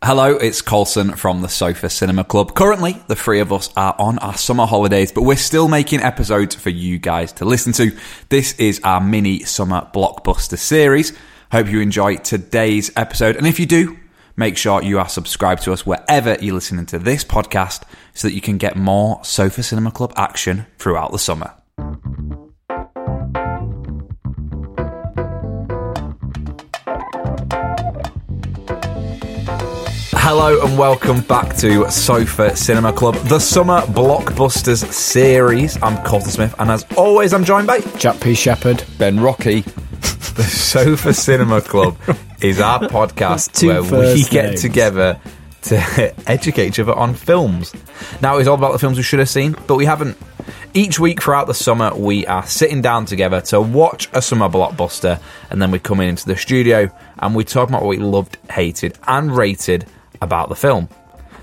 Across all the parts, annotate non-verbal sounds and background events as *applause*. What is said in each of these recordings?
Hello, it's Colson from the Sofa Cinema Club. Currently, the three of us are on our summer holidays, but we're still making episodes for you guys to listen to. This is our mini summer blockbuster series. Hope you enjoy today's episode, and if you do, make sure you are subscribed to us wherever you're listening to this podcast so that you can get more Sofa Cinema Club action throughout the summer. Hello and welcome back to Sofa Cinema Club, the summer blockbusters series. I'm Colton Smith, and as always, I'm joined by Jack P. Shepherd. Ben Rocky. the Sofa Cinema Club. Is our podcast two where we first get names. together to *laughs* educate each other on films. Now it's all about the films we should have seen, but we haven't. Each week throughout the summer, we are sitting down together to watch a summer blockbuster, and then we come into the studio and we talk about what we loved, hated, and rated about the film.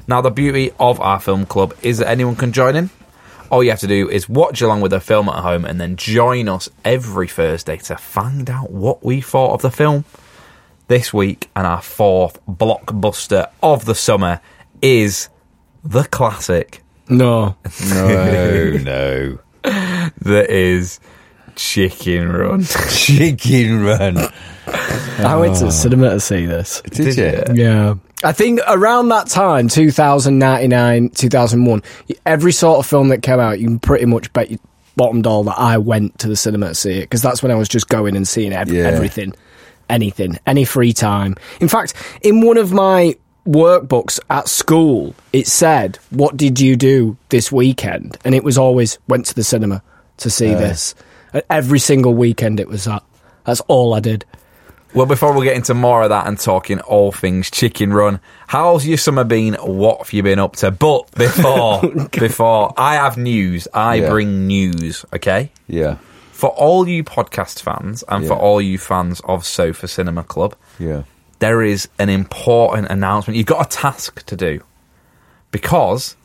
Now, the beauty of our film club is that anyone can join in. All you have to do is watch along with the film at home and then join us every Thursday to find out what we thought of the film. This week, and our fourth blockbuster of the summer is the classic No. No, no. that is Chicken Run. *laughs* *laughs* Chicken Run. I went to the cinema to see this. Did, Did you? Yeah. I think around that time, 2099, 2001, every sort of film that came out, you can pretty much bet your bottom dollar that I went to the cinema to see it because that's when I was just going and seeing ev- Yeah. everything, anything, any free time. In fact, in one of my workbooks at school, it said, What did you do this weekend? And it was always, Went to the cinema to see this. And every single weekend it was that. That's all I did. Well, before we get into more of that and talking all things Chicken Run, how's your summer been? What have you been up to? But before, *laughs* before I have news, I Yeah. bring news. Okay, Yeah. for all you podcast fans and for Yeah. all you fans of Sofa Cinema Club, Yeah. there is an important announcement. You've got a task to do because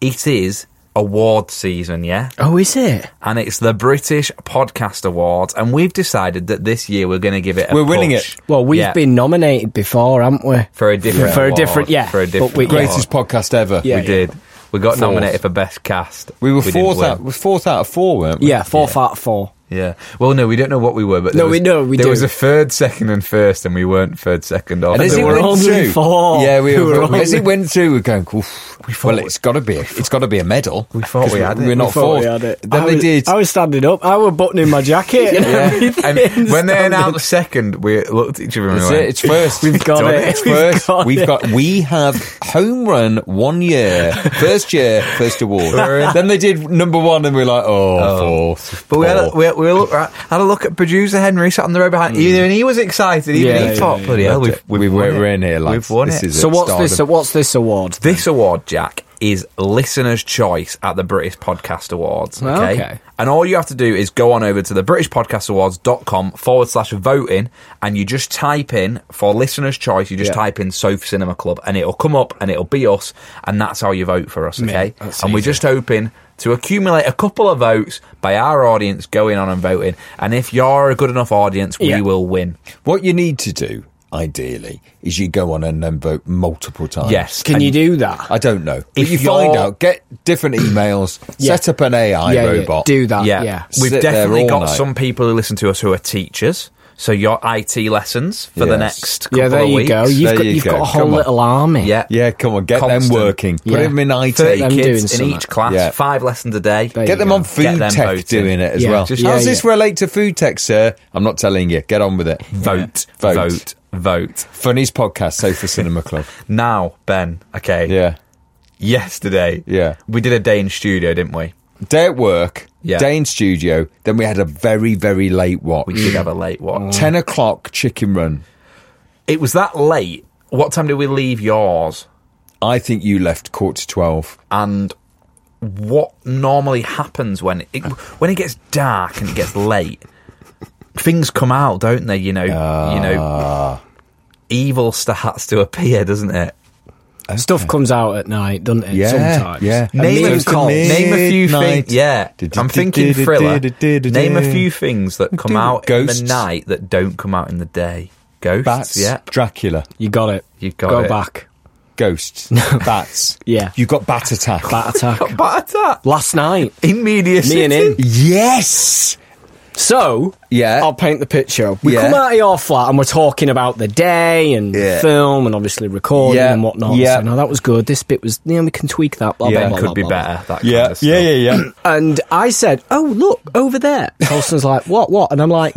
it is award season, yeah? Oh, is it? And it's the British Podcast Awards. And we've decided that this year we're going to give it a We're winning push. it. Well, we've Yeah, been nominated before, haven't we? For a different For a award, different- yeah, For a but different we- award. Greatest podcast ever. *laughs* Yeah. We did. We got Fourth. nominated for Best Cast. We were didn't fourth win. out, we're fourth out of four, weren't we? Yeah, four fat four. Yeah. Well, no, we don't know what we were, but there No, was, we know, we there do. was a third, second, and first, and we weren't third, second, or And as third. it were went only through, four. yeah, we There were, were as only- it went through, we we're going. Oof, well, it's got to be. A, it's got to be a medal. We thought 'Cause we had it. We're not Oh, We Thought fourth. we had it. Then I they was, did. I was standing up. I was buttoning my *laughs* jacket. and *laughs* everything. And when they *laughs* Standing- announced second, we looked at each other and we That's went, it. It's first. We've got Done it. It's We've first. got We've it. got. We have home run one year. First year, first award. then they did number one, and we are like, oh, fourth. But we had, a, fourth. we, had, we had a look, had a look at producer Henry sat on the road behind, and he was excited. Even Yeah, he yeah, thought, yeah, "Bloody hell, That's we've, it. we've We won were- it. we're in here, We've lads. won This it." is So what's this? Stardom. What's this award? This award, Jack, is listener's choice at the British Podcast Awards. Well, Okay? okay. And all you have to do is go on over to the BritishPodcastAwards.com forward slash voting and you just type in for listener's choice, you just Yeah. type in Sofa Cinema Club and it'll come up and it'll be us and that's how you vote for us, okay? and we're just hoping to accumulate a couple of votes by our audience going on and voting. And if you're a good enough audience, we Yeah. will win. What you need to do, ideally, is you go on and then vote multiple times. Yes. Can And you do that? I don't know. If If you find you're- out, get different emails, Yeah. set up an AI yeah, yeah, robot. do that. yeah. Uh, Yeah. Sit We've there definitely all got night. some people who listen to us who are teachers. So your IT lessons for the Yes. next couple Yeah, there of you weeks. go. You've There got you you've go. got a whole Come on. little army. *laughs* Yeah. Yeah, come on, get Constant. them working. Yeah. Put them in IT. 30 them doing kids in something. each class, Yeah. five lessons a day. There Get you them go. on Get food them tech voting. doing it as Yeah, well. just- How does yeah, this yeah. relate to food tech, sir? I'm not telling you. Get on with it. Vote, Vote. vote, vote. Funniest podcast, Sofa Cinema Club. Now, Ben, okay. Yeah. Yesterday, Yeah. we did a day in studio, didn't we? Day at work, Yeah. day in studio, then we had a very, very late watch. We Mm. did have a late watch. 10 o'clock chicken run. It was that late. What time did we leave yours? I think you left quarter to 12. and what normally happens when it when it gets dark and it gets late things come out don't they you know you know Ah. evil starts to appear doesn't it Stuff comes out at night, doesn't it? Yeah, Sometimes. yeah. And Name things of the cult. name. name a few Midnight. things yeah i'm thinking thriller name a few things that come out Ghosts. in the night that don't come out in the day ghosts Bats, yeah Dracula, You got it. You got Go it. back. *laughs* ghosts, bats. Yeah. You got bat attack. Bat *laughs* attack. bat attack Last night. in media Me and him. *laughs* yes! So Yeah. I'll paint the picture. We Yeah. come out of your flat and we're talking about the day and Yeah. film and obviously recording Yeah. and whatnot. Yeah. So, no, that was good. This bit was, you know, we can tweak that. Blah blah Yeah. blah. could blah, be blah, better that kind Yeah, of stuff. *clears throat* yeah, yeah, yeah. blah. And I said, "Oh, look over there." Colson's like, "What? What?" And I'm *laughs* like,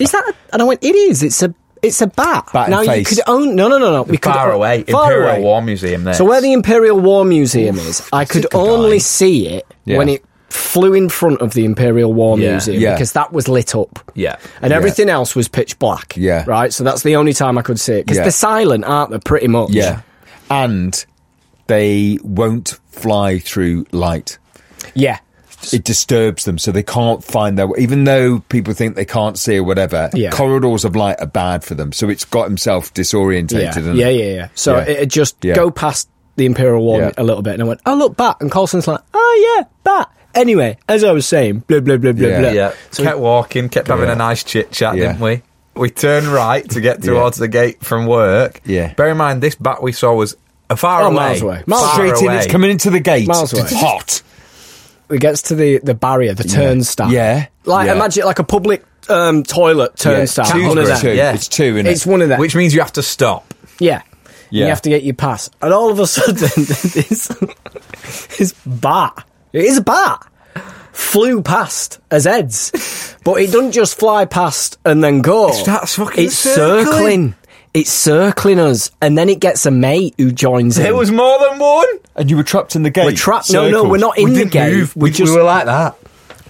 "Is that?" a-" And I went, "It is. It's a." It's a bat. Bat in now face. you could own no no no no. We far could, away Far imperial away. war museum there So where the Imperial War Museum is, I could good only eye. see it Yeah. when it flew in front of the Imperial War Yeah. Museum Yeah. because that was lit up. Yeah. And everything else was pitch black. Yeah. Right? So that's the only time I could see it. Because Yeah. they're silent, aren't they, pretty much? Yeah. And they won't fly through light. Yeah. It disturbs them, so they can't find their way. Even though people think they can't see or whatever, Yeah. corridors of light are bad for them. So it's got himself Yeah. disorientated. Yeah, and yeah, yeah. So Yeah. it it'd just Yeah. go past the Imperial War Yeah. a little bit. And I went, oh, look, bat. And Colson's like, oh, yeah, bat. Anyway, as I was saying, blah, blah, blah, blah, Yeah. blah. Yeah. kept walking, kept having a Yeah. nice chit chat, Yeah. didn't we? We turned right to *laughs* get towards the gate from work. Yeah. Bear in mind, this bat we saw was a far Oh, away. miles away. Miles Far Straight in, it's coming into the gate. Miles away. It's hot. It gets to the, the barrier, the turnstile. Yeah. Like, Yeah. imagine, like a public um, toilet turnstile. Two, one of it's them. two. Yeah. It's two, innit? It's one of them. Which means you have to stop. Yeah. Yeah. You have to get your pass. And all of a sudden, *laughs* this, this bat, it is a bat, flew past as heads. But it doesn't just fly past and then go. It starts fucking It's circling. circling. It's circling us. And then it gets a mate who joins in. There was more than one. And you were trapped in the gate. we're trapped. No, no, circled. we're not in the didn't game. move. We, We- we just were like that.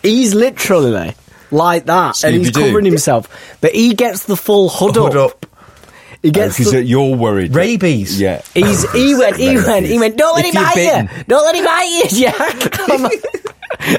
He's literally like that, and he's Scooby-Doo. covering himself. But he gets the full hood, Hood up. He gets Because the, you're worried. *laughs* Rabies. Yeah. He's, *laughs* he went, he went, he went, don't let If him you've bite you. bitten- Don't let him bite you, Jack. *laughs* I'm,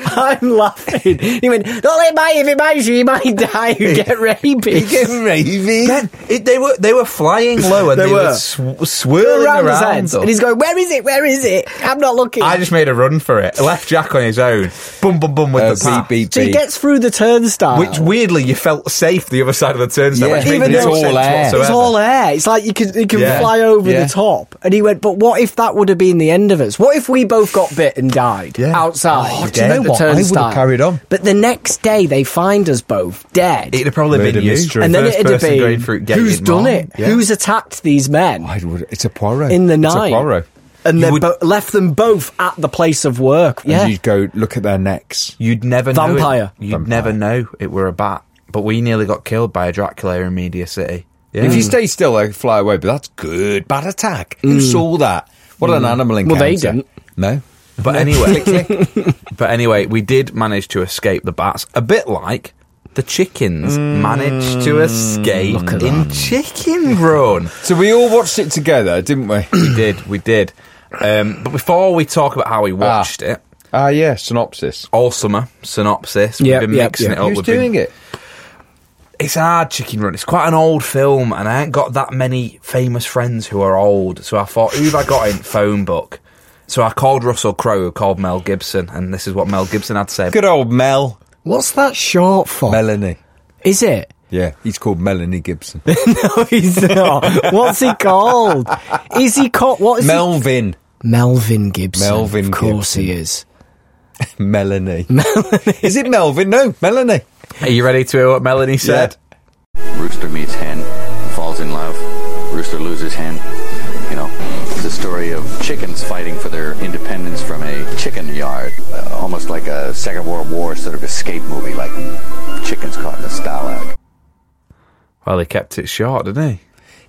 I'm laughing. He went, don't let him bite you. If he bites you, you might die. You get *laughs* rabies. Rabies. Ben, it, they were they were *laughs* flying low and They they, were. were sw- swirling around. around his head. us. And he's going, where is it? Where is it? I'm not looking. I just made a run for it. Left Jack on his own. Bum bum bum with Uh, the pass. beep beep so he beep. gets through the turnstile. Which weirdly you felt safe the other side of the turnstile. Yeah. which made Even no though it's sense all air. whatsoever. It's all air. It's like you can you can Yeah. fly over Yeah. the top. And he went, but what if that would have been the end of us? What if we both got bit and died Yeah. outside? Oh, do you know the what? I would've turnstile? carried on. But the next day they find us both dead. It'd have probably Murder been you. mystery. and then First it'd have person been going through it, getting who's it done wrong. it? Yeah. Who's attacked these men I would- It's a Poirot. in the It's night? a Poirot. And You they would- bo- left them both at the place of work. Yeah, And you'd go, look at their necks. You'd never Vampire. know. It. You'd never know it were a bat. But we nearly got killed by a Dracula in Media City. Yeah. If you stay still, they fly away. But that's good. Bad attack. Who Mm. saw that? What an animal encounter. Well, they didn't. No. Mm. but *laughs* anyway, *laughs* but anyway, we did manage to escape the bats. A bit like the chickens Mm. managed to escape in Chicken *laughs* Run. So we all watched it together, didn't we? we did, we did. Um, but before we talk about how we watched it, *clears throat* Ah, yeah. Synopsis. all summer synopsis. Yep, We've been yep, mixing yep. it up. Who's We've been- doing it? it's hard, Chicken Run. It's quite an old film, and I ain't got that many famous friends who are old. So I thought, who've I got in phone book? So I called Russell Crowe, who called Mel Gibson, and this is what Mel Gibson had to say. Good old Mel. what's that short for? Melanie. Is it? *laughs* Yeah, he's called Melanie *laughs* Gibson. No, he's not. what's he called? Is he called? What is he? *laughs* Melvin. Melvin Gibson. Melvin of course he Gibson. is. Melanie. Melanie. Is it Melvin? No, Melanie. Are you ready to hear what Melanie said? Rooster meets hen, falls in love. Rooster loses hen. You know, it's a story of chickens fighting for their independence from a chicken yard, uh, almost like a Second World War sort of escape movie, like chickens caught in a stalag. Well, he kept it short, didn't he?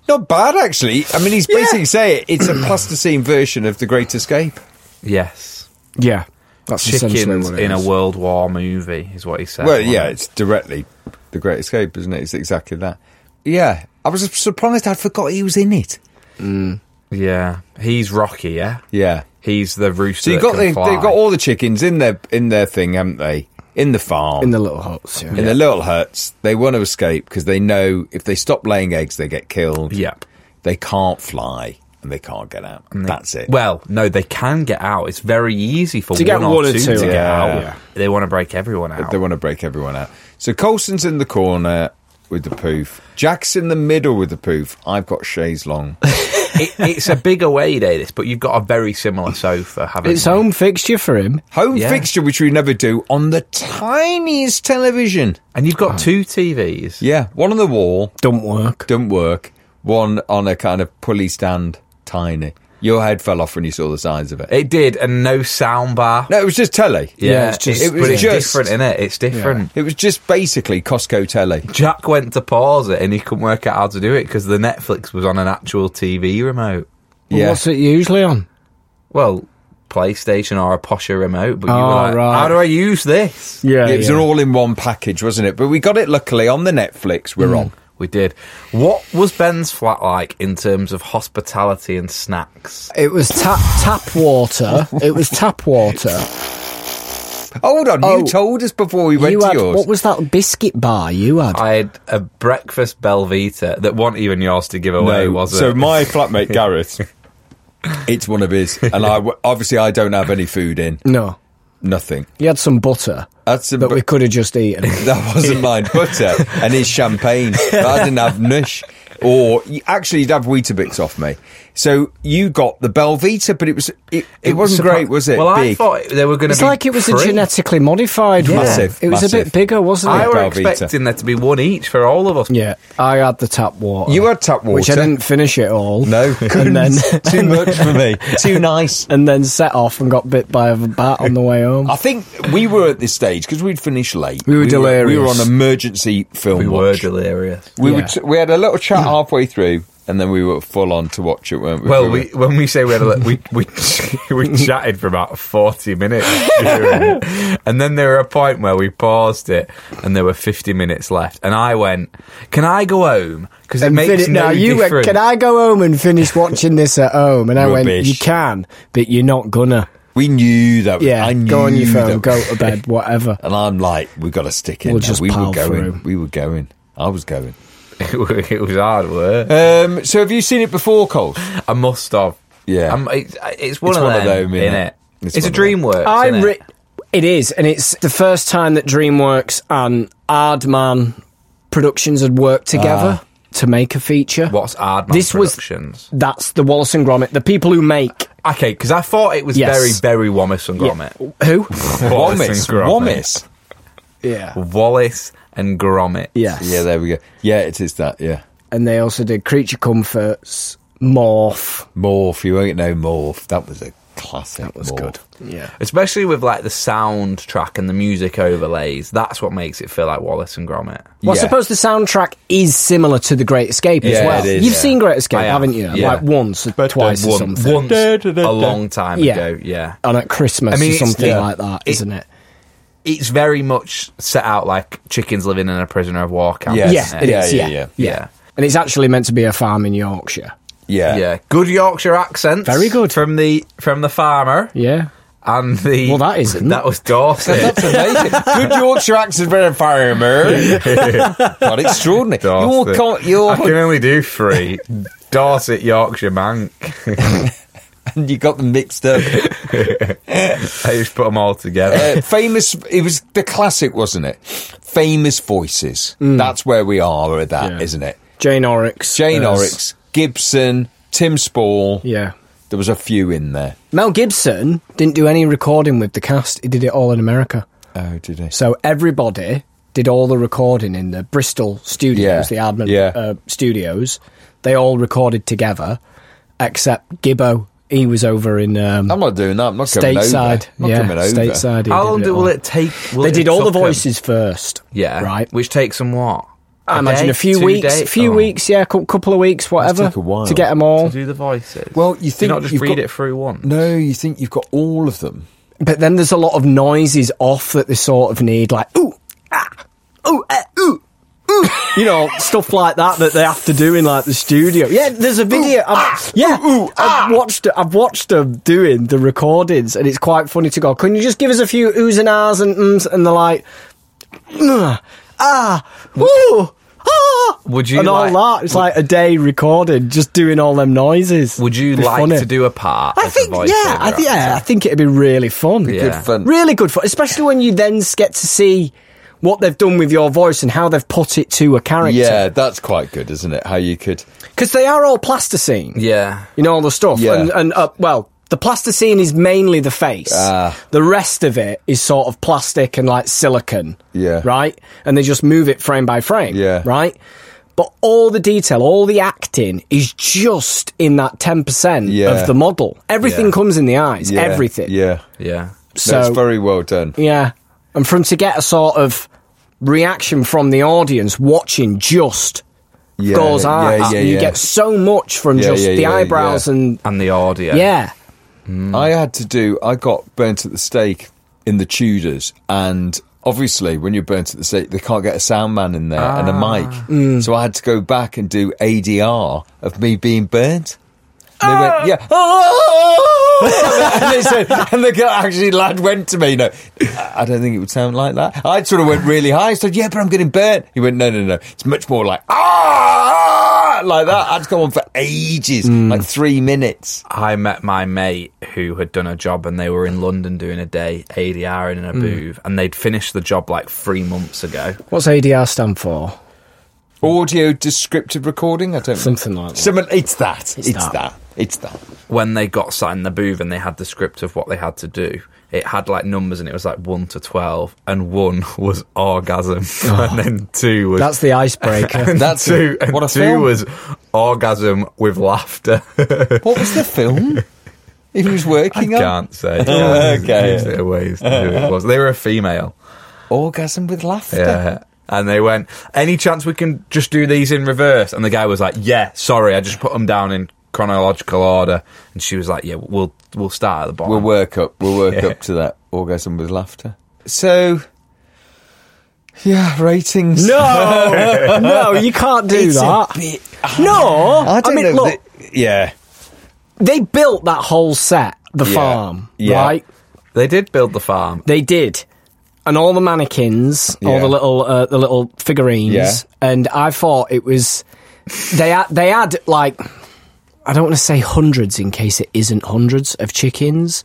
Not bad, actually. I mean, he's basically saying it's a *clears throat* plasticine version of The Great Escape. Yes. Yeah, that's essentially Chickens what it in a is. World War movie is what he said. well, wasn't yeah, it? it's directly The Great Escape, isn't it? It's exactly that. Yeah, I was surprised I'd forgot he was in it. yeah. He's Rocky, yeah. Yeah. He's the rooster. So you that got can the, they've fly. got all the chickens in their in their thing, haven't they? In the farm, in the little huts. Yeah. in the little huts. They want to escape because they know if they stop laying eggs, they get killed. Yeah. they can't fly and they can't get out. That's it. Well, no, they can get out. It's very easy for To get one, or two, to yeah. get out. Yeah. They want to break everyone out. They want to break everyone out. So Colson's in the corner with the poof. Jack's in the middle with the poof. I've got Shays *laughs* Long. it, it's a big away day, this, but you've got a very similar sofa, haven't It's you? home fixture for him. Home Yeah. fixture, which we never do, on the tiniest television. And you've Oh. got two TVs. Yeah, one on the wall, Don't work. don't work. One on a kind of pulley stand, tiny. Your head fell off when you saw the size of it. It did, and no soundbar. no, it was just telly. Yeah, it's just- it, it was but it's just- different, innit? It's different. It was just basically Costco telly. Jack went to pause it and he couldn't work out how to do it because the Netflix was on an actual TV remote. Yeah. What's it usually on? Well, PlayStation or a posher remote, but you Oh, were like, right. how do I use this? Yeah, it was an all in one package, wasn't it? But we got it luckily on the Netflix. We're Mm. on. We did. What was Ben's flat like in terms of hospitality and snacks? It was tap tap *laughs* water. It was tap water. Hold on, Oh. you told us before we *laughs* went you to had yours. what was that biscuit bar you had? I had a breakfast Belvita that weren't even yours to give away, was it? so my flatmate Gareth, *laughs* it's one of his, and I w- obviously I don't have any food in, no, nothing. you had some butter That's a that bu- we could have just *laughs* eaten. that wasn't mine. Butter and his champagne. But I didn't have nush. Or you- actually, you'd have Weetabix off me. So you got the Belvita, but it was it, it wasn't surpri- great, was it? Well, I Big. thought they were going to It's be like it was free. a genetically modified one. Massive, It was a massive. bit bigger, wasn't I it? were Belvita. expecting there to be one each for all of us. yeah, I had the tap water. You had tap which I water. didn't finish it all. no, *laughs* couldn't. *laughs* and then too much for me. Too nice. *laughs* and then set off and got bit by a bat on the way home. I think we were at this stage because we'd finished late. We were we were delirious. on emergency film. We were watch. delirious. We, were Yeah. Hmm. t- we had a little chat halfway through, and then we were full on to watch it, weren't we? Well, were- we, when we say we had a li- we we we chatted for about forty minutes, during it. and then there were a point where we paused it, and there were fifty minutes left, and I went, "Can I go home?" Because it and makes fini- no now you went, difference. can I go home and finish watching this at home? And I went, Rubbish. you can, but you're not gonna. we knew that. Yeah, I knew go on your phone, that- go *laughs* to bed, whatever. And I'm like, we got to stick in. We'll now. just we were plough going. through. We were going. I was going. *laughs* it was hard work. Um, so have you seen it *laughs* before, Cole? I must have. Yeah. Um, it's, it's one It's of one of them, them, innit? in it. It's It's, one a of them. DreamWorks. I innit? re- it is, and it's the first time that DreamWorks and Aardman Productions had worked together to make a feature. What's Aardman This was- Productions? That's the Wallace and Gromit, the people who make Okay, because I thought it was Yes. very, very Wallace and Gromit. *laughs* who? Wallace and Womis. Gromit. Womis. yeah, Wallace and Gromit. yes, Yeah, there we go. Yeah, it is that. Yeah, and they also did Creature Comforts, Morph. Morph. You won't know Morph. That was a classic. That was good. Yeah, Especially with like the soundtrack and the music overlays, that's what makes it feel like Wallace and Gromit. Well, Yeah. I suppose the soundtrack is similar to The Great Escape Yeah, as well. it is, You've yeah. seen Great Escape, I have, haven't you? yeah. Like once or twice or uh, Once, something. once a long time Yeah. ago, yeah. And at Christmas I mean, or it's- something yeah. like that, It- isn't it? It's very much set out like chickens living in a prisoner of war camp. Yes. isn't Yeah, it Yeah, is, yeah, yeah, yeah. Yeah. And it's actually meant to be a farm in Yorkshire. Yeah. yeah, Good Yorkshire accents, Very good. from the from the farmer Yeah. and the. Well, that isn't. That was Dorset. That's amazing. Good Yorkshire accent, very *laughs* farmer. *laughs* Quite extraordinary. Your, Dorset. con- your, I can only do *laughs* three. Dorset, Yorkshire, Mank. you got them mixed up. I just put them all together. Uh, famous. It was the classic, wasn't it? Famous voices. That's where we are at that, Yeah. not it? Jane Oryx. Jane as- Oryx, Gibson, Tim Spall. Yeah. There was a few in there. Mel Gibson didn't do any recording with the cast. He did it all in America. Oh, did he? So everybody did all the recording in the Bristol studios, Yeah, the Ardman yeah. uh, studios. They all recorded together, except Gibbo. He was over in um, I'm not doing that. I'm not coming over. stateside. I'm not yeah, coming over. stateside. he How long did all. will it take? will they it did all the took 'em? voices first. Yeah. right. Which takes them what? I imagine day? a few Two weeks, day- a few Oh. weeks, yeah, a cou- couple of weeks, whatever, took a while. to get them all. to do the voices. Well, you Do think not just you've read got- it through once. No, you think you've got all of them. But then there's a lot of noises off that they sort of need, like ooh, ah, ooh, eh, ooh. ooh," You know, *laughs* stuff like that that they have to do in like the studio. Yeah, there's a video. I've, yeah, I've watched. I've watched them doing the recordings, and it's quite funny to go. Can you just give us a few oohs and ahs and ums? And they're like, "Mm, ah, ooh, ah. Would you and all like- that? It's like a day recorded, just doing all them noises. Would you It'd be like funny. to do a part? I as a think, uh, yeah, voiceover I, thi- yeah, I actor? think it'd be really fun. good Yeah. fun. Really good fun, especially when you then get to see what they've done with your voice and how they've put it to a character. Yeah, that's quite good, isn't it? How you could. Because they are all plasticine. Yeah. You know, all the stuff. Yeah. And, and uh, well, the plasticine is mainly the face. Ah. the rest of it is sort of plastic and like silicon. Yeah. Right? And they just move it frame by frame. Yeah. Right? But all the detail, all the acting is just in that 10% Yeah. of the model. Everything Yeah. comes in the eyes. Yeah, everything. Yeah. Yeah. So, So, That's very well done. yeah. And for him to get a sort of reaction from the audience watching just Yeah, goes yeah, on. yeah, you yeah. get so much from Yeah, just yeah, the yeah, eyebrows yeah. and And the audio. yeah. I had to do. I got burnt at the stake in the Tudors, and obviously, when you're burnt at the stake, they can't get a sound man in there and a mic. So I had to go back and do ADR of me being burnt. And they went, Ah. yeah. *laughs* and they said, and the girl actually lad went to me. No, I don't think it would sound like that. I sort of went really high. I said, yeah, but I'm getting burnt. He went, no, no, no. It's much more like ah, like that. I'd go on for ages, like three minutes. I met my mate who had done a job and they were in London doing a day ADR in a Hmm. booth and they'd finished the job like three months ago. What's ADR stand for? Audio descriptive recording. I don't know. Something like that. Someone, it's that. It's, that. that. It's that. When they got sat in the booth and they had the script of what they had to do, it had like numbers and it was like one to twelve and one *laughs* was orgasm Oh. and then two was *laughs* That's the *laughs* icebreaker. and That's *laughs* two it. and What a two film. was orgasm with laughter. *laughs* What was *laughs* the film? he was working on Can't say. *laughs* Okay. Gives it away as to who it was. They were a *laughs* female. orgasm with laughter. Yeah. And they went, any chance we can just do these in reverse? And the guy was like, yeah, sorry, I just put them down in chronological order. And she was like, yeah, we'll we'll start at the bottom. We'll work up. We'll work up to that orgasm with laughter. So, yeah, ratings. *laughs* no, no, you can't do It's a that. bit- no, I I, don't mean, know. look, that- yeah, they built that whole set, the Yeah, farm, yeah. right? they did build the farm. They did, and all the mannequins, all Yeah. the little, uh, the little figurines, Yeah. and I thought it was they had, they had like I don't want to say hundreds in case it isn't hundreds of chickens,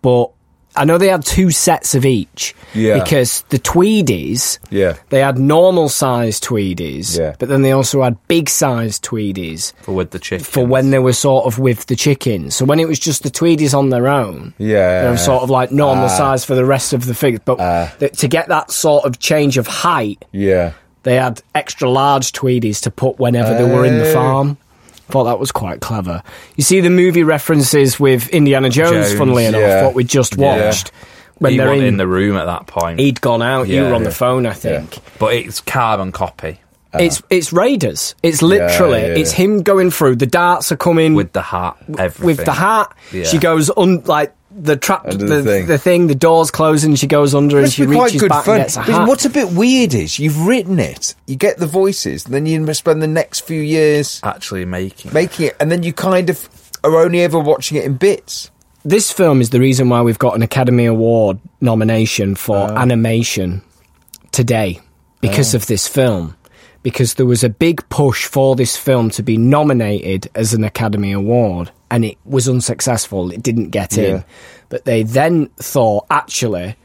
but I know they had two sets of each Yeah. because the Tweedies. yeah. They had normal sized Tweedies, Yeah. but then they also had big sized Tweedies For with the chicken. for when they were sort of with the chickens. So when it was just the Tweedies on their own, Yeah. Ah. they were sort of like normal size for the rest of the figure. But th- to get that sort of change of height, Yeah. they had extra large Tweedies to put whenever they were in Eh. the farm. Thought that was quite clever. You see the movie references with Indiana Jones, Jones, funnily enough, yeah. what we just Yeah. watched. When he they're wasn't in, in the room at that point. he'd gone out. you Yeah. were on the Yeah. phone, I think. but it's carbon copy It's it's Raiders. It's literally Ah. Yeah, yeah, it's yeah. him going through. The darts are coming with the hat, everything. with the hat. Yeah. She goes un like the trap Under the, the thing. thing. the thing. The doors close and she goes under and Must she be quite reaches good back fun. and gets a But hat. what's a bit weird is you've written it, you get the voices, and then you must spend the next few years actually making. making it, and then you kind of are only ever watching it in bits. This film is the reason why we've got an Academy Award nomination for Oh. animation today because of this film. Because there was a big push for this film to be nominated as an Academy Award, and it was unsuccessful. It didn't get Yeah. in. But they then thought, actually,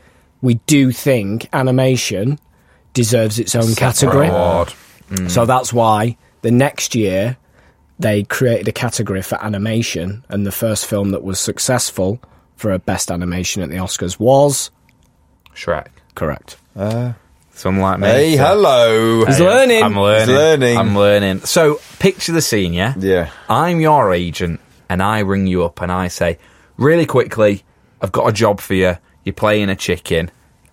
we do think animation deserves its own category. Award. So that's why the next year they created a category for animation, and the first film that was successful for a best animation at the Oscars was Shrek. correct. So I'm like, mate, Hey, so- hello. He's Hey, learning. I'm learning. He's learning. I'm learning. So picture the scene, yeah? Yeah. I'm your agent and I ring you up and I say, really quickly, I've got a job for you. You're playing a chicken.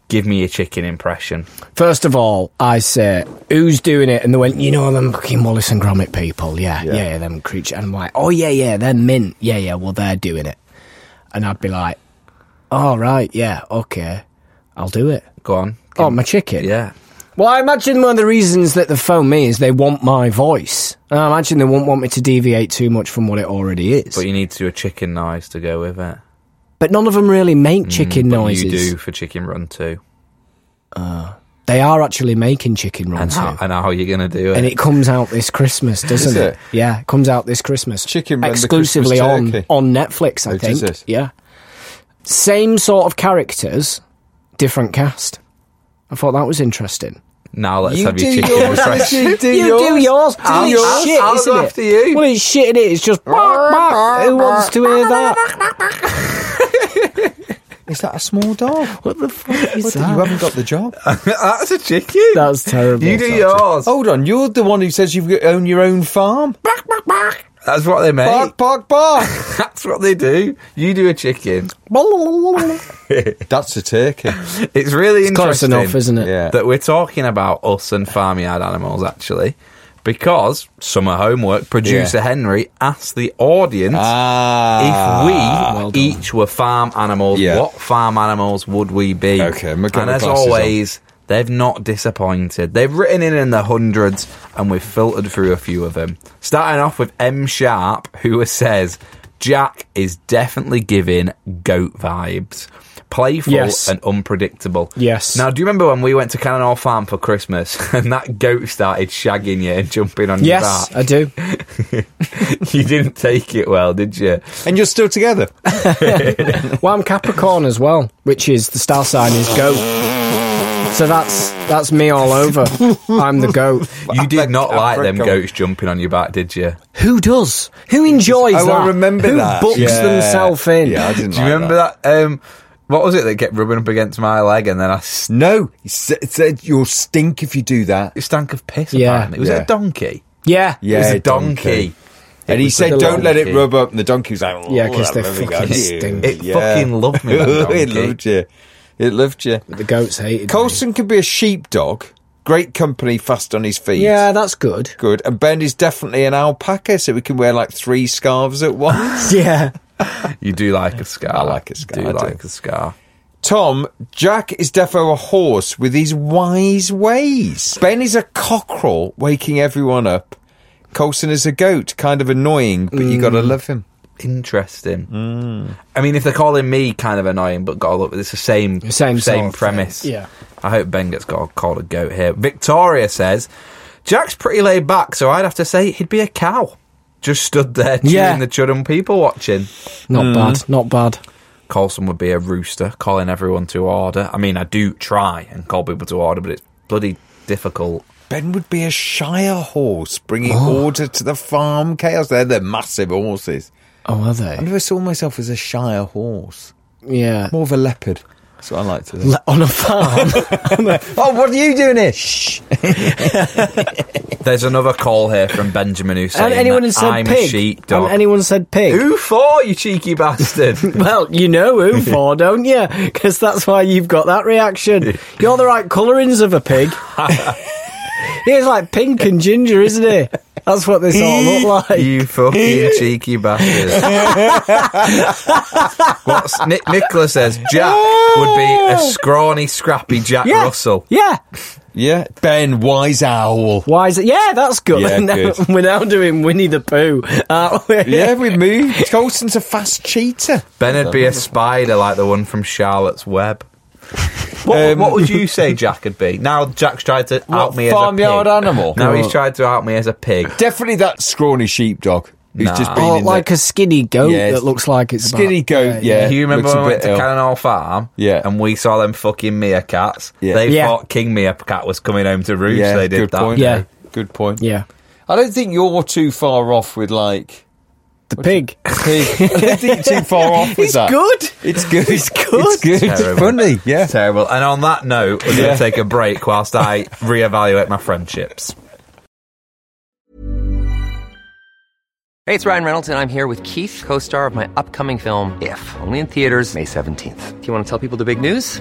Give me your chicken impression. First of all, I say, who's doing it? And they went, you know, them fucking Wallace and Gromit people. Yeah, yeah, Yeah. yeah them creature. And I'm like, oh, yeah, yeah, they're mint. Yeah, yeah, well, they're doing it. And I'd be like, all right, yeah, okay, I'll do it. Go on. Oh, my chicken. Yeah. Well, I imagine one of the reasons that they phone me is they want my voice. And I imagine they won't want me to deviate too much from what it already is. But But, you need to do a chicken noise to go with it. none of them really make chicken But noises. You do for Chicken Run 2. They are actually making chicken And runs. how, here. and how are you going to do it? And it comes out this Christmas, doesn't it? it? Yeah, it comes out this Christmas. Chicken Run the exclusively Christmas turkey. on on Netflix, I Oh, think. does it? Yeah. Same sort of characters, different cast. I thought that was interesting. now let's You have do your chicken *laughs* *laughs* yours, impression. Richie, do you do yours. yours. Do Well, yours. it's shit, I'll go isn't it? after you. Well, it's shit in it. It's just bark, bark. Who wants to hear that? Is that a small dog? What the fuck is What, you haven't got the job. *laughs* That's a chicken. That's terrible. You do yours. Hold on, you're the one who says you own your own farm. That's what they make. Bark, bark, bark. *laughs* That's what they do. You do a chicken. *laughs* That's a turkey. *laughs* It's really It's close interesting. enough, isn't it? Yeah. That we're talking about us and farmyard animals actually, because summer homework producer Yeah. Henry asked the audience if we Ah. each were farm animals, Yeah. what farm animals would we be? Okay, I'm gonna get and my as glasses always, they've not disappointed. They've written in in the hundreds, and we've filtered through a few of them. Starting off with M Sharp, who says Jack is definitely giving goat vibes. Playful Yes. and unpredictable. Yes. Now, do you remember when we went to Cannonall Farm for Christmas *laughs* and that goat started shagging you and jumping on Yes, your I do. back? you didn't take it well, did you? and you're still together. Well, I'm Capricorn as well, which is the star sign is goat. So that's that's me all over. I'm the goat. You did not like them Capricorn. goats jumping on your back, did you? Who does? Who enjoys Oh, I that? remember Who that. books Yeah. themselves in? Yeah, I didn't. Do you like remember that? Um, what was it that kept rubbing up against my leg and then I st- No, he sa- said you'll stink if you do that. it stank of piss? Yeah. Apparently, was it Yeah. a donkey? Yeah. Yeah, it was a donkey. donkey. and he was said, the "Don't let it donkey. rub up." And the donkey was like, Yeah, 'cause "Oh, they there we go." fucking stink. It fucking loved me, that *laughs* it donkey. loved you. It loved you. The goats hated. me. Colson could be a sheepdog. Great company, fast on his feet. Yeah, that's *laughs* good. good. And Ben is definitely an alpaca, so we can wear like three scarves *laughs* at once. Yeah. You do like a scar. I like a You scar, Do I do. like a scar. Tom, Jack is defo a horse with his wise ways. Ben is a cockerel, waking everyone up. Colson is a goat, kind of annoying, but you Mm. gotta love him. Interesting. I mean, if they're calling me kind of annoying, but got a look, it's the same Same sort same of premise. thing, yeah. I hope Ben gets got called a goat here. Victoria says Jack's pretty laid back, so I'd have to say he'd be a cow. Just stood there cheering Yeah. the children people watching. Not bad. Not bad. Colson would be a rooster, calling everyone to order. I mean, I do try and call people to order, but it's bloody difficult. Ben would be a shire horse, bringing order to the farm chaos. They're the massive horses. Oh, are I they? never saw myself as a shire horse. Yeah. More of a leopard. That's what I like to think. Le- *laughs* on a farm. oh, what are you doing here? Shh. *laughs* There's another call here from Benjamin who and saying anyone that who said I'm pig. a sheepdog. And anyone said pig. who for you cheeky bastard? *laughs* Well, you know who for, don't you? Because that's why you've got that reaction. You're the right colourings of a pig. *laughs* He's like pink and ginger, isn't he? That's what this all look *laughs* *laughs* like. You fucking cheeky *laughs* bastard. What's Nick Nicola says Jack would be a scrawny, scrappy Jack yeah. Russell. Yeah. Yeah, Ben, wise owl. Why is it? Yeah, that's good. *laughs* Yeah, Now- good. We're now doing Winnie the Pooh, aren't *laughs* we? Yeah, we moved. Colson's a fast cheater. Ben'd be a spider like the one from Charlotte's Web. What, Um, what would *laughs* you say Jack would be? Now Jack's tried to out me as a pig. farmyard animal? Now he's tried to out me as a *laughs* pig. Uh, Definitely that scrawny sheepdog who's Nah. just been Or in Oh, like the- a skinny goat Yeah, that looks like it's skinny about- goat. Yeah, Do you remember looks a when we went bit to ill. Cannonall Farm? Yeah. And we saw them fucking meerkats. Yeah. They Yeah. thought King Meerkat was coming home to roost. Yeah, they did good that. point. Yeah. good point. Yeah. *laughs* I don't think you're too far off with like The pig. Pig. too far off with It's that. good. It's good. It's good. It's good. It's funny. Yeah. Terrible. And on that note, we're going Yeah. to take a break whilst *laughs* I reevaluate my friendships. Hey, it's Ryan Reynolds, and I'm here with Keith, co star of my upcoming film, If, only in theaters, May 17th. Do you want to tell people the big news?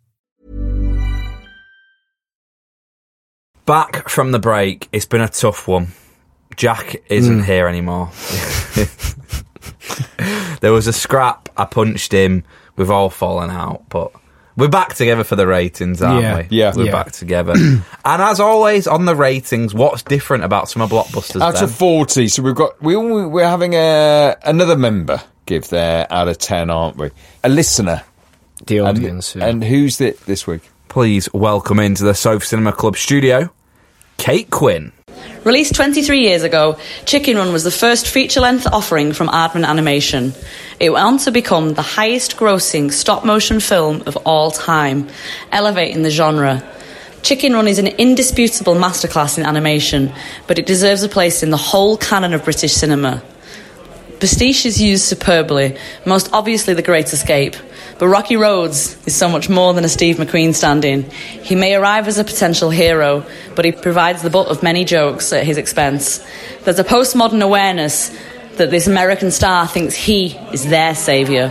Back from the break, it's been a tough one. Jack Hmm. isn't here anymore. *laughs* there was a scrap. I punched him. We've all fallen out, but we're back together for the ratings, aren't Yeah. we? Yeah. we're Yeah. back together. *clears throat* and as always, on the ratings, what's different about summer blockbusters? out then? of 40 so we've got we, we- we're having a, another member give their out of 10 aren't we a listener The and, audience. yeah. and who's it this week Please welcome into the Sofa Cinema Club studio, Kate Quinn. Released 23 years ago, Chicken Run was the first feature length offering from Aardman Animation. It went on to become the highest grossing stop motion film of all time, elevating the genre. Chicken Run is an indisputable masterclass in animation, but it deserves a place in the whole canon of British cinema. Pastiche is used superbly, most obviously The Great Escape. But Rocky Rhodes is so much more than a Steve McQueen stand in. He may arrive as a potential hero, but he provides the butt of many jokes at his expense. There's a postmodern awareness that this American star thinks he is their saviour,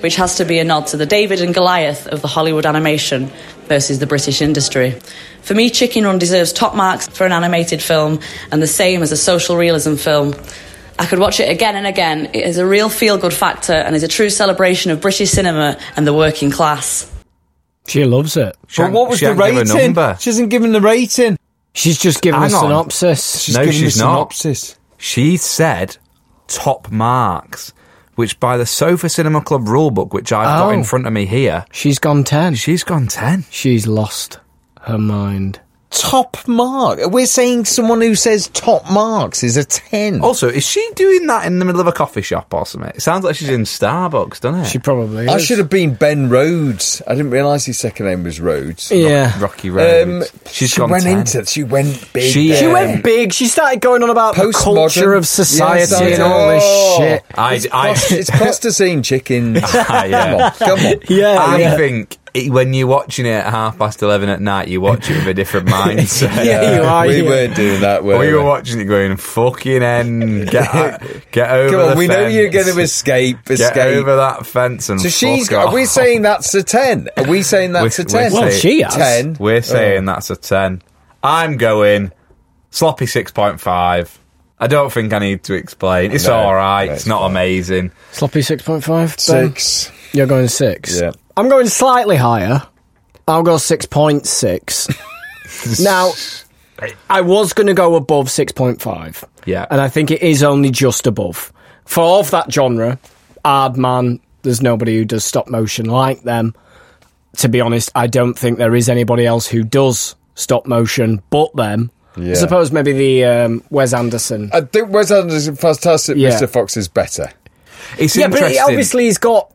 which has to be a nod to the David and Goliath of the Hollywood animation versus the British industry. For me, Chicken Run deserves top marks for an animated film and the same as a social realism film. I could watch it again and again. It is a real feel good factor and is a true celebration of British cinema and the working class. she loves it. but what was the rating number. she hasn't given the rating She's just given a Hang on. synopsis. she's No, given she's the not. synopsis She said top marks, which by the Sofa Cinema Club rulebook, which I've got in Oh. front of me here, She's gone 10. she's gone 10. She's lost her mind. top mark we're saying someone who says top marks is a 10 Oh, Also, is she doing that in the middle of a coffee shop or something? It sounds like she's in Starbucks, doesn't it? She probably I is. should have been Ben Rhodes. I didn't realise his second name was Rhodes. Um, Yeah. Rocky Road. she's she gone went 10. into. She went big. She- there. She went big. She started going on about the Postmodern. culture of society Yes, and all this oh. shit. I, It's, I, *laughs* *laughs* pos- it's plasticine chicken. Ah, Come *laughs* yeah. on, come on. Yeah, I yeah. think it- when you're watching it at half past 11 at night, you watch it with a *laughs* different mindset. *laughs* Yeah, you are. we yeah. Oh, weren't doing that, were we? We were watching it going, fucking end, *laughs* get, get over Come on, the we know you're fence. going to escape, escape. Get over that fence and so she's. fuck Are we off. saying that's a ten? Are we saying that's We're- a ten? we're Well, saying- she has. ten. *laughs* Oh, We're saying that's a 10. I'm going sloppy 6.5. I don't think I need to explain. It's No, all right. no, it's it's not fine. amazing. Sloppy 6.5. Ben? six. You're going 6. Yeah. I'm going slightly higher. I'll go *laughs* 6.6. now, I was going to go above 6.5. Yeah. And I think it is only just above. For all of that genre, Aardman, there's nobody who does stop motion like them. To be honest, I don't think there is anybody else who does stop motion but them. I Yeah. suppose maybe the um, Wes Anderson. I think Wes Anderson, fantastic. Yeah. Mr. Fox is better. It's yeah, but interesting. it obviously he's got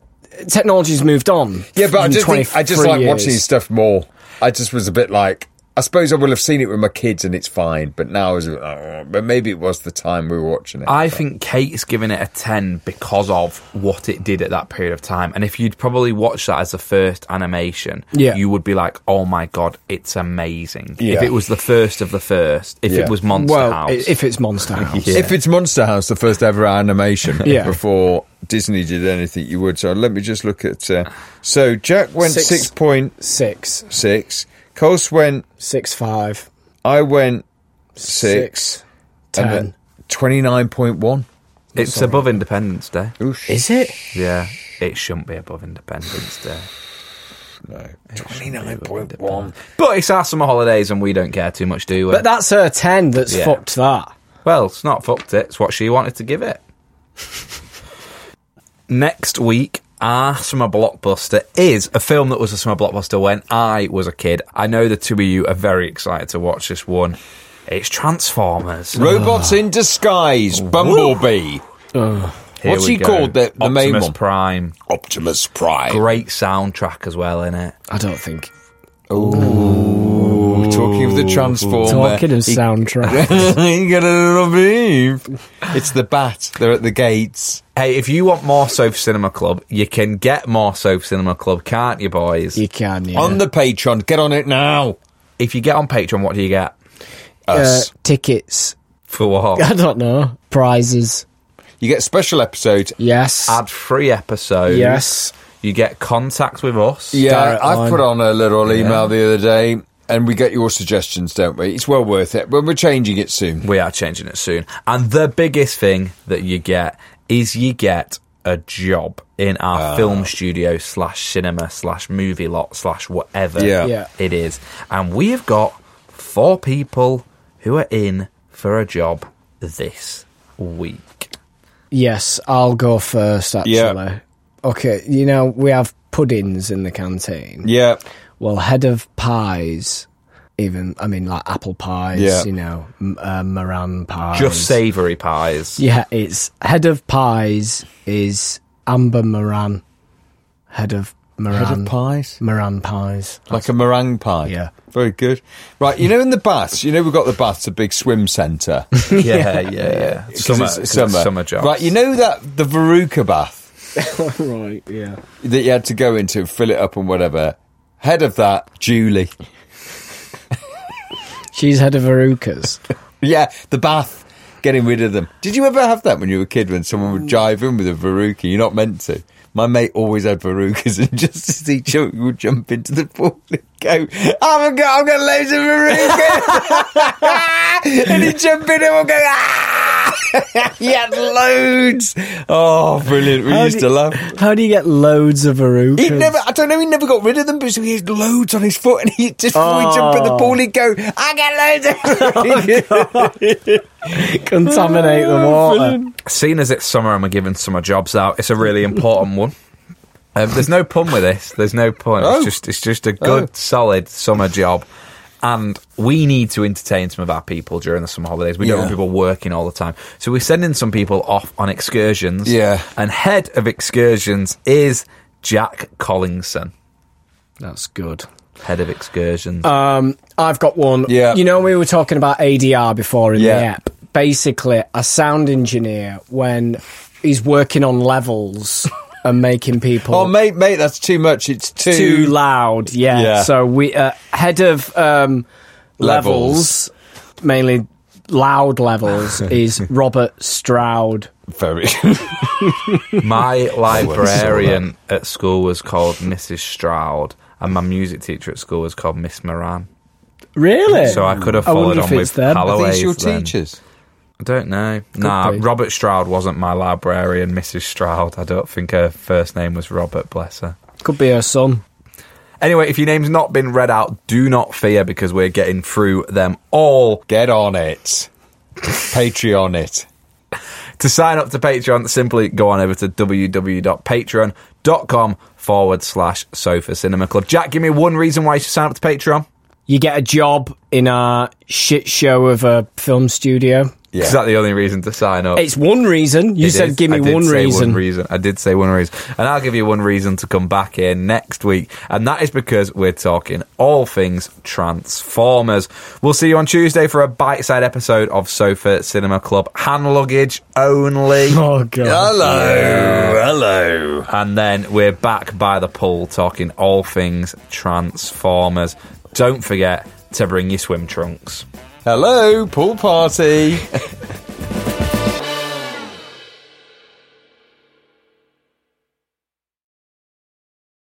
technology's moved on. Yeah, but I in just think, I just 23 like watching years. his stuff more. I just was a bit like I suppose I will have seen it with my kids and it's fine, but now is uh, but maybe it was the time we were watching it. I think Kate's giving it a 10 because of what it did at that period of time. And if you'd probably watched that as the first animation, Yeah. you would be like, oh my God, it's amazing. If Yeah. it was the first of the first, if Yeah. it was Monster well, House. i- if it's Monster House. Yeah. If it's Monster House, the first ever animation *laughs* Yeah. before Disney did anything, you would. So let me just look at. Uh, so Jack went Six. six point Six, six. Coles went. six, five, I went six, six. ten. Twenty nine point one. it's above Independence Day. Is it? Yeah, it shouldn't be above Independence Day. No, twenty nine point one. But it's our summer holidays and we don't care too much, do we? But that's her 10 that's Yeah. fucked that. Well, it's not fucked it. It's what she wanted to give it. *laughs* Next week, our summer blockbuster is a film that was a summer blockbuster when I was a kid. I know the two of you are very excited to watch this one. It's Transformers. Ah. Robots in disguise. Bumblebee. Here What's we he go. called, the- the main Optimus one? Prime. Optimus Prime. Great soundtrack as well in it. I don't think. Ooh, talking of the Transformer. *laughs* Talking of he- soundtrack. you got a little beef. It's the bat. They're at the gates. Hey, if you want more Sofa Cinema Club, you can get more Sofa Cinema Club, can't you, boys? you can, yeah. On the Patreon. Get on it now. If you get on Patreon, what do you get? uh, Us. tickets. *laughs* For what? I don't know. Prizes. You get special episodes. Yes. ad free episodes. Yes. You get contact with us. Yeah, Direct I line. put on a little email the other day, and we get your suggestions, don't we? It's well worth it. But we're changing it soon. We are changing it soon. And the biggest thing that you get is you get a job in our film studio slash cinema slash movie lot slash whatever Yeah. Yeah. it is. And we have got four people who are in for a job this week. Yes, I'll go first, actually. Yeah. Okay, you know, we have puddings in the canteen. Yeah, Well, head of pies, even, I mean, like apple pies, Yeah. you know, m- uh, meringue pies. Just savoury *laughs* pies. Yeah, it's head of pies is Amber Moran. Head of Moran. head of pies, Moran *laughs* pies. like a meringue pie. Yeah. very good. Right, you know, in the baths, you know, we've got the baths, a big swim centre. *laughs* Yeah, yeah, yeah. Summer, 'Cause it's summer. summer jobs. Right, you know that the Veruca bath. right, yeah. that you had to go into, fill it up and whatever. Head of that, Julie. She's head of Arukas. Yeah, the bath, getting rid of them. Did you ever have that when you were a kid when someone would jive in with a veruca? You're not meant to. My mate always had verucas, *laughs* and just as he jumped, he would jump into the pool and go, "Oh my god, I've got loads of verucas!" *laughs* and he'd jump in and we'll go, "Ah!" *laughs* he had loads. Oh, brilliant! We used to laugh. How do you get loads of Arukas? He never, I don't know, he never got rid of them, but he had loads on his foot, and he just before he jump in the pool, he'd go, *laughs* "I get loads of." *laughs* contaminate the water. seeing as it's summer and we're giving summer jobs out, it's a really important one. Um, there's no pun with this. There's no pun. Oh. It's just it's just a good solid summer job. And we need to entertain some of our people during the summer holidays. We don't Yeah. want people working all the time. So we're sending some people off on excursions. Yeah. And head of excursions is Jack Collinson. That's good. Head of excursions. Um, I've got one. Yeah. You know, we were talking about ADR before in the Yeah. app. Basically, a sound engineer when he's working on levels and making people. *laughs* Oh, mate, mate, that's too much. It's too, too loud. Yeah. Yeah. So we uh, head of um, levels, Levels. mainly loud *laughs* levels, is Robert Stroud. very. My librarian at school was called Mrs. Stroud, and my music teacher at school was called Miss Moran. Really? So I could have I wonder followed if on it's with them. Are Halloween. these your teachers? I don't know. nah, be. Robert Stroud wasn't my librarian, Mrs. Stroud. I don't think her first name was Robert, bless her. Could be her son. Anyway, if your name's not been read out, do not fear because we're getting through them all. Get on it. Patreon it. To sign up to Patreon, simply go on over to www.patreon.com forward slash sofa cinema club. Jack, give me one reason why you should sign up to Patreon. You get a job in our shit show of a film studio. Yeah. Is that the only reason to sign up? It's one reason. You It said is. give me I did one say reason. one reason. I did say one reason. And I'll give you one reason to come back in next week. And that is because we're talking all things Transformers. We'll see you on Tuesday for a bite sized episode of Sofa Cinema Club. Hand luggage only. *laughs* Oh god. hello. And then we're back by the pool talking all things Transformers. Don't forget to bring your swim trunks. Hello, pool party.